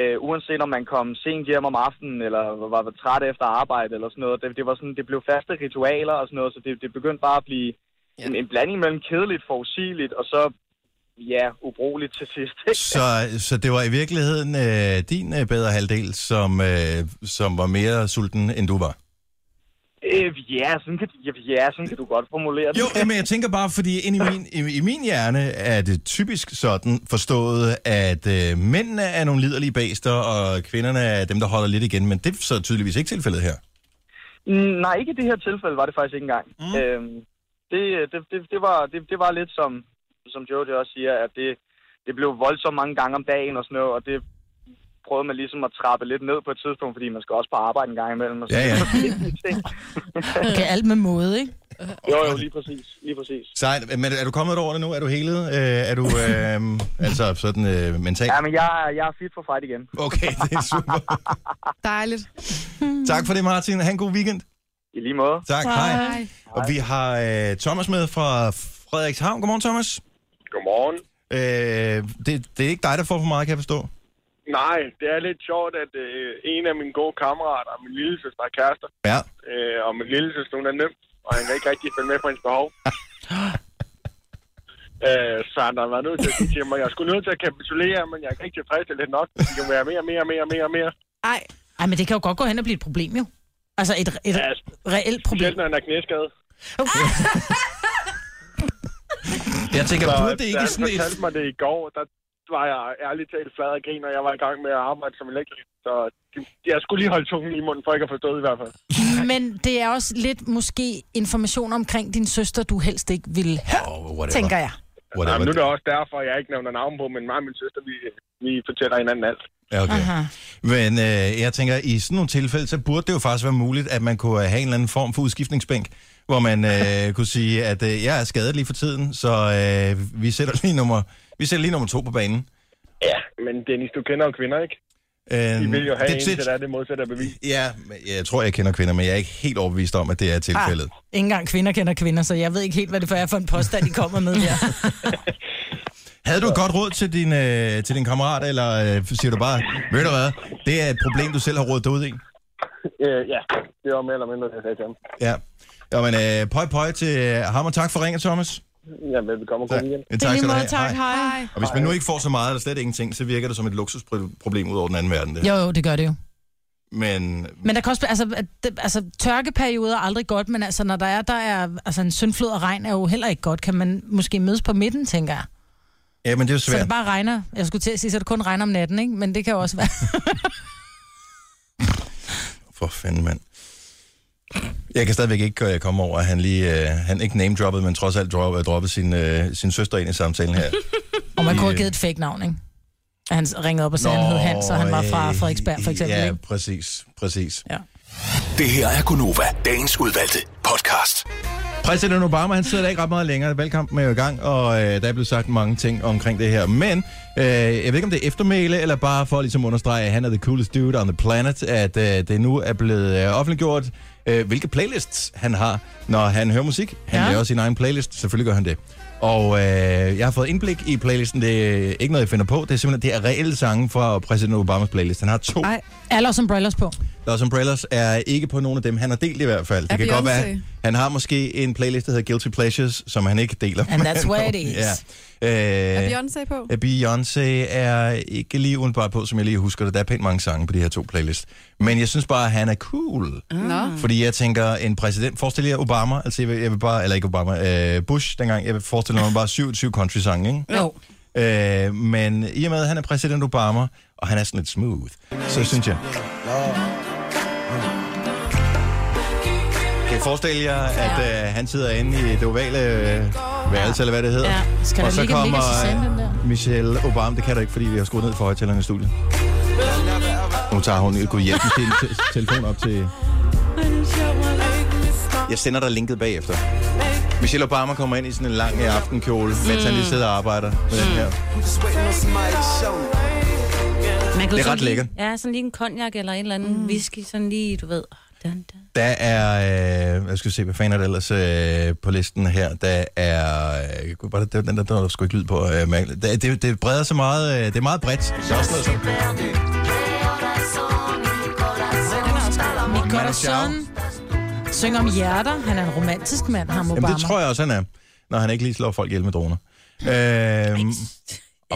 Øh, uanset om man kom sent hjem om aftenen, eller var, var træt efter arbejde, eller sådan noget. Det, det, var sådan, det blev faste ritualer og sådan noget, så det, det begyndte bare at blive ja. en, en blanding mellem kedeligt, forudsigeligt, og så, ja, ubrugeligt til sidst. <laughs> ikke? Så, så det var i virkeligheden øh, din øh, bedre halvdel, som, øh, som var mere sulten, end du var? Øh, ja, sådan kan, ja, sådan kan du godt formulere det. Jo, men jeg tænker bare, fordi ind i min, i, i min hjerne er det typisk sådan forstået, at øh, mændene er nogle liderlige baster, og kvinderne er dem, der holder lidt igen, men det er så tydeligvis ikke tilfældet her. Mm, Nej, ikke i det her tilfælde var det faktisk ikke engang. Mm. Øhm, det, det, det, det, var, det, det var lidt som, som Jojo også siger, at det, det blev voldsomt mange gange om dagen og sådan noget, og det prøvede man ligesom at trappe lidt ned på et tidspunkt, fordi man skal også på arbejde en gang imellem. Og sådan Ja, ja. nogle ting. Okay, alt med måde, ikke? <laughs> jo, jo, lige præcis. Lige præcis. Sejt, men er du kommet over det nu? Er du helet? Øh, er du øh, altså sådan øh, mentalt? Ja, men jeg, er- jeg er fit for fight igen. Okay, det er super. Dejligt. Tak for det, Martin. Ha' en god weekend. I lige måde. Tak, hej. hej. Og vi har øh, Thomas med fra Frederikshavn. Godmorgen, Thomas. Godmorgen. Øh, det, det er ikke dig, der får for meget, kan jeg forstå. Nej, det er lidt sjovt, at øh, en af mine gode kammerater og min lille søster er kærester. Ja. Øh, og min lille søster, hun er nem, og han kan ikke rigtig følge med på hendes behov. øh, så han har været nødt til at sige til mig, jeg skulle nødt til at kapitulere, men jeg kan ikke tilfredsstille hende nok. Det kan være mere, mere, mere, mere, mere. Ej. Ej, men det kan jo godt gå hen og blive et problem, jo. Altså et, et Ja, reelt problem. Specielt når han er knæskadet. Jeg tænker, Så, burde det da ikke han sådan et... fortalte mig det i går, der var jeg ærligt talt flad af grin, og jeg var i gang med at arbejde som elektriker. Så det- jeg skulle lige holde tungen i munden, for ikke at forstå det i hvert fald. Men det er også lidt måske information omkring din søster, du helst ikke vil høre, Oh, whatever. tænker jeg. Whatever. Jamen, nu er det også derfor, jeg ikke nævner navn på, men mig og min søster, vi, vi fortæller hinanden alt. Ja, okay. Men øh, jeg tænker, i sådan nogle tilfælde, så burde det jo faktisk være muligt, at man kunne øh, have en eller anden form for udskiftningsbænk, hvor man øh, kunne sige, at øh, jeg er skadet lige for tiden, så øh, vi, sætter lige nummer, vi sætter lige nummer to på banen. Ja, men Dennis, du kender jo kvinder, ikke? Øh, De vil jo have det, en, det, til der er det modsatte af bevis. ja, men jeg tror, jeg kender kvinder, men jeg er ikke helt overbevist om, at det er tilfældet. Ah. Ingen gang kvinder kender kvinder, så jeg ved ikke helt, hvad det er for en påstand, de kommer med <laughs> her. Havde du et godt råd til din, øh, til din kammerat, eller øh, siger du bare, ved du hvad, det er et problem, du selv har rådet dig ud i? Øh, ja, det var mere eller mindre, det jeg sagde til ham. Ja. Jamen, øh, pøj pøj til øh, ham, og tak for ringet, Thomas. Ja, velbekomme og god weekend. Ja, tak skal du have. Hej. hej. Og hvis man nu ikke får så meget eller slet ingenting, så virker det som et luksusproblem ud over den anden verden. Det. her. Jo, jo, det gør det jo. Men Men der kan også, blive- altså, at det- altså, tørkeperioder er aldrig godt, men altså, når der er, der er altså, en syndflod og regn, er jo heller ikke godt. Kan man måske mødes på midten, tænker jeg. ja, men det er jo Så det svært. bare regner. Jeg skulle til at sige, så det kun regner om natten, ikke? Men det kan jo <laughs> også være. For fanden, mand. Jeg kan stadigvæk ikke øh, komme over, at han lige, øh, han ikke name-droppede, men trods alt drop, øh, droppede sin, øh, sin søster ind i samtalen <laughs> her. Og man kunne have øh, givet et fake navn, ikke? At han ringede op og sagde, at han hed Hans, og han var fra øh, Frederiksberg, for eksempel, Ja, ikke? præcis, præcis. Ja. Det her er Gunova, dagens udvalgte podcast. Præsident Obama, han sidder der ikke ret meget længere. Valgkampen er jo i gang, og øh, der er blevet sagt mange ting omkring det her. Men øh, jeg ved ikke, om det er eftermæle, eller bare for at ligesom understrege, at han er the coolest dude on the planet, at øh, det nu er blevet øh, offentliggjort, øh, hvilke playlists han har, når han hører musik. Han ja. laver sin egen playlist, selvfølgelig gør han det. Og øh, jeg har fået indblik i playlisten. Det er ikke noget, jeg finder på. Det er simpelthen det er reelle sange fra præsident Obamas playlist. Han har to. Nej, alle os umbrellas på. Los Umbrellas er ikke på nogen af dem. Han har delt i hvert fald. Er Det kan godt Beyoncé? være. Han har måske en playlist, der hedder Guilty Pleasures, som han ikke deler. And that's where it <laughs> is. Ja. Er Øh, Beyoncé på? er Beyoncé er ikke lige udenbart på, som jeg lige husker det. Der er pænt mange sange på de her to playlists. Men jeg synes bare, at han er cool. Mm. Nå. Fordi jeg tænker, en præsident... Forestil jer Obama, altså jeg vil, jeg vil bare... Eller ikke Obama, øh, Bush dengang. Jeg vil forestille mig bare 27 country-sange, ikke? Jo. Øh, men i og med, at han er præsident Obama, og han er sådan lidt smooth, så synes jeg... Kan I forestille jer, at øh, han sidder inde i det ovale øh, værelse, eller hvad det hedder? Ja. Skal der og så ligge en kommer Legacy Sand, den der? øh, Michelle Obama, det kan du ikke, fordi vi har skruet ned for højtalerne i studiet. Nu tager hun, kunne hjælpe sin te- telefon op til... Jeg sender dig linket bagefter. Michelle Obama kommer ind i sådan en lang øh, aftenkjole, mens han Mm. lige sidder og arbejder med den her. Man Det er jo sådan ret lige- lækkert. Ja, sådan lige en cognac eller en eller anden mm. whisky, sådan lige, du ved. Der er, øh, jeg skal se, hvad fanden er det ellers øh, på listen her, der er, øh, gud, var det, det var den der, der var der sgu ikke lyd på, øh, men det, det, det breder så meget, øh, det er meget bredt. Der er også noget som- Mit Man er sjov. corazon. Synger om hjerter. Han er en romantisk mand, ham Obama. Jamen, det tror jeg også, han er, når han ikke lige slår folk ihjel med droner. Øh, og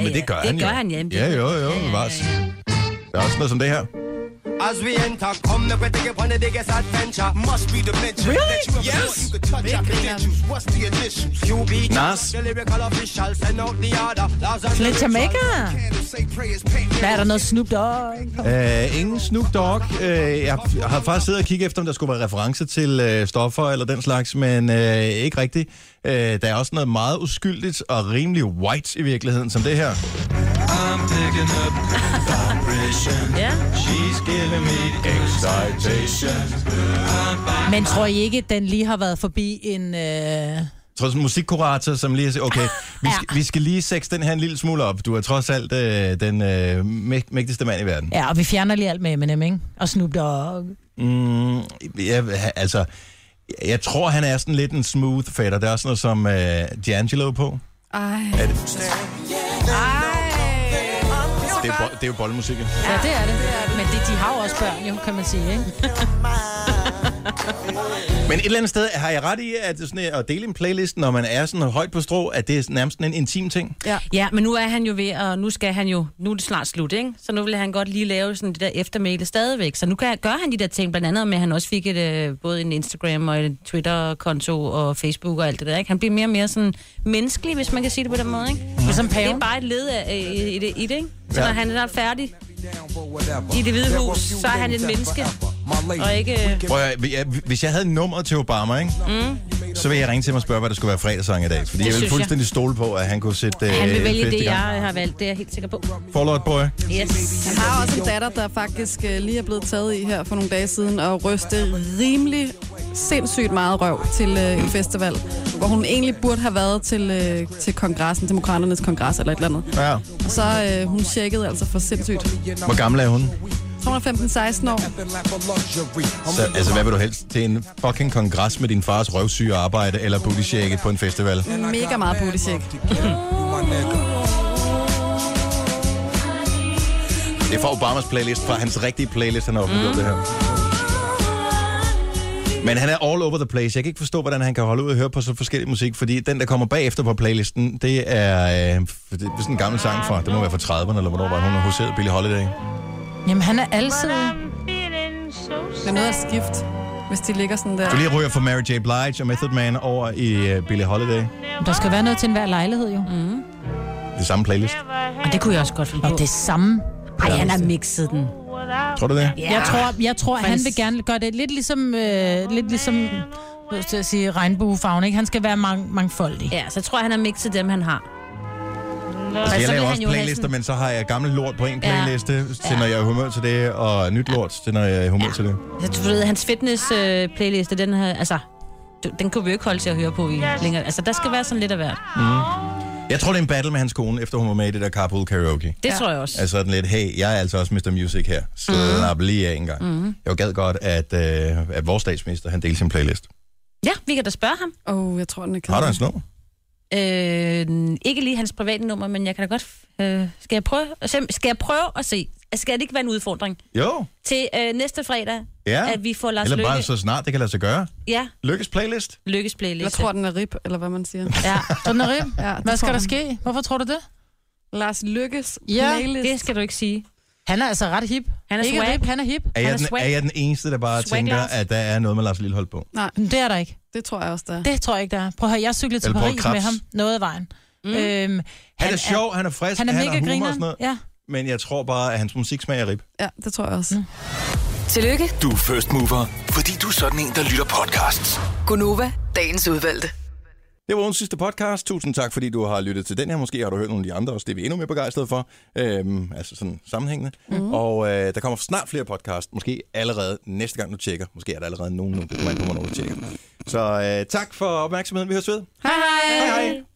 men det gør det han gør jo. han, ja, jamen, det- Ja, jo, jo, bevares. Der er også noget som det her. As we enter, come the pretty upon the biggest adventure. Must be the mention Really? that you ever Yes. thought you could touch our credentials. What's the initials? You be Nas. the lyrical official, send out the order. Laws and Lidt the Jamaica. rituals. Candles, say prayers, paint Der er der noget Snoop Dogg. Øh, ingen Snoop Dogg. Øh, jeg har faktisk siddet og kigget efter, om der skulle være reference til øh, stoffer eller den slags, men øh, ikke rigtigt. Øh, der er også noget meget uskyldigt og rimelig white i virkeligheden, som det her. I'm picking up vibration. She's giving me excitation. Men tror I ikke, at den lige har været forbi en... Øh... Jeg tror, sådan en musikkurator, som lige har sagt, okay, vi skal, vi skal lige sexe den her en lille smule op. Du er trods alt øh, den øh, mæg- mægtigste mand i verden. Ja, og vi fjerner lige alt med Eminem, ikke? Og Snoop Dogg. Mm, jeg, altså, jeg tror, han er sådan lidt en smooth fætter. Der er også noget som øh, D'Angelo på. Ej. Er det? Det er, bo- det er jo boldmusik. jo. Ja, det er det. Men det, de har jo også børn, jo, kan man sige, ikke? Men et eller andet sted har jeg ret i, at, det er sådan, øh, at dele en playlist, når man er sådan højt på strå, at det er nærmest en intim ting. Ja. ja, men nu er han jo ved, og nu skal han jo, nu er det snart slut, ikke? Så nu vil han godt lige lave sådan det der eftermæle stadigvæk. Så nu kan, gør han de der ting, blandt andet med, at han også fik et, øh, både en Instagram og en Twitter-konto og Facebook og alt det der, ikke? Han bliver mere og mere sådan menneskelig, hvis man kan sige det på den måde, ikke? Mm. Som det paven. er bare et led af, øh, i, i, det, i det, ikke? Så Ja. ja. når han er færdig i det hvide hus, så er han et menneske, og ikke... øh, Prøv, at- jeg, hvis jeg havde nummeret til Obama, ikke? Mm. så ville jeg ringe til ham og spørge, hvad der skulle være fredagssang i dag. Fordi Det jeg ville synes jeg. fuldstændig stole på, at han kunne sætte øh, Han vil vælge fest i det, jeg gang. har valgt. Det er jeg helt sikker på. Fall Out Boy. Yes. Han har også en datter, der faktisk øh, lige er blevet taget i her for nogle dage siden og ryste rimelig sindssygt meget røv til øh, en festival, hvor hun egentlig burde have været til, øh, til kongressen, demokraternes kongres eller et eller andet. Ja. Og så øh, hun tjekkede altså for sindssygt. Hvor gammel er hun? 315-16 år. Så, altså, hvad vil du helst? Til en fucking kongres med din fars røvsyge arbejde eller booty shake på en festival? Mega meget politik. Det er fra Obamas playlist, fra hans rigtige playlist, han har offentliggjort mm. det her. Men han er all over the place. Jeg kan ikke forstå, hvordan han kan holde ud og høre på så forskellig musik, fordi den, der kommer bagefter på playlisten, det er, øh, det er sådan en gammel sang fra, det må være fra 30'erne, eller hvornår var hun har huseret Billie Holiday. Jamen, han er altid... Det er noget at skift, hvis de ligger sådan der. Du lige ryger for Mary J. Blige og Method Man over i øh, Billie Holiday. Der skal være noget til enhver lejlighed, jo. Mm. Det samme playlist. Og det kunne jeg også godt finde på. Og det samme. Ej, han har mixet den. Tror du det? Jeg tror, jeg tror han vil gerne gøre det lidt ligesom, øh, lidt ligesom jeg lyst til at sige, regnbuefarven, ikke? Han skal være mang mangfoldig. Ja, Altså, så tror jeg, han har mixet dem, han har. Så jeg vil laver han også jo have playlister, sådan- men så har jeg gammel lort på en Ja. playliste, ja. til når jeg er i humør til det, og nyt lort til når jeg er i humør ja. til det. Jeg tror, Altså, du ved, hans fitness-playliste, den her, altså, du- den kunne vi jo ikke holde til at høre på i længere. Altså, der skal være sådan lidt af hvert. Mm. Jeg tror, det er en battle med hans kone, efter hun var med i det der carpool karaoke. Det tror jeg også. Altså sådan lidt, hey, jeg er altså også Mr. Music her. Slap lige af en gang. Mhm. Mm. Jeg gad godt, at, øh, at vores statsminister, han delte sin playlist. Ja, vi kan da spørge ham. Åh, oh, jeg tror, den er Har du hans nummer? Øh, ikke lige hans private nummer, men jeg kan da godt... Øh, skal, jeg prøve, se- skal jeg prøve at se? Altså, skal det ikke være en udfordring? Jo. Til øh, næste fredag, Ja. at vi får Lars Eller Løkke... bare så snart det kan lade sig gøre. Ja, Lykkes playlist? Lykkes playlist. Jeg tror, den er rip, eller hvad <laughs> man siger. <laughs> Ja. Så den er rim. Ja, det Hvad skal tror der jeg. ske? Hvorfor tror du det? Lars Lykkes Ja, playlist. det skal du ikke sige. Han er altså ret hip. Han er ikke swag. Rip, han er hip. Er han jeg, den, er jeg den eneste, der bare Swag tænker, Lars. at der er noget med Lars Lilleholdt på? Nej, det er der ikke. Det tror jeg også, der er. Det tror jeg ikke, der er. Prøv at høre, jeg cyklede til Eller Poul Paris med Krebs. ham noget af vejen. Mm. Øhm, han, Han er sjov, han er frisk, han er, han mega har humor og grineren. sådan noget. Ja. Men jeg tror bare, at hans musik smager rib. Ja, det tror jeg også. Mm. Tillykke, Du er first mover, fordi du er sådan en, der lytter podcasts. Gunova, dagens udvalgte. Det var ugens sidste podcast. Tusind tak, fordi du har lyttet til den her. Måske har du hørt nogle af de andre også. Det er vi endnu mere begejstrede for. Øhm, altså sådan sammenhængende. Mm. Og øh, der kommer snart flere podcast. Måske allerede næste gang, du tjekker. Måske er der allerede nogen nu. Det kommer an på, hvornår du tjekker. Så øh, tak for opmærksomheden. Vi høres ved. Hej hej! hej.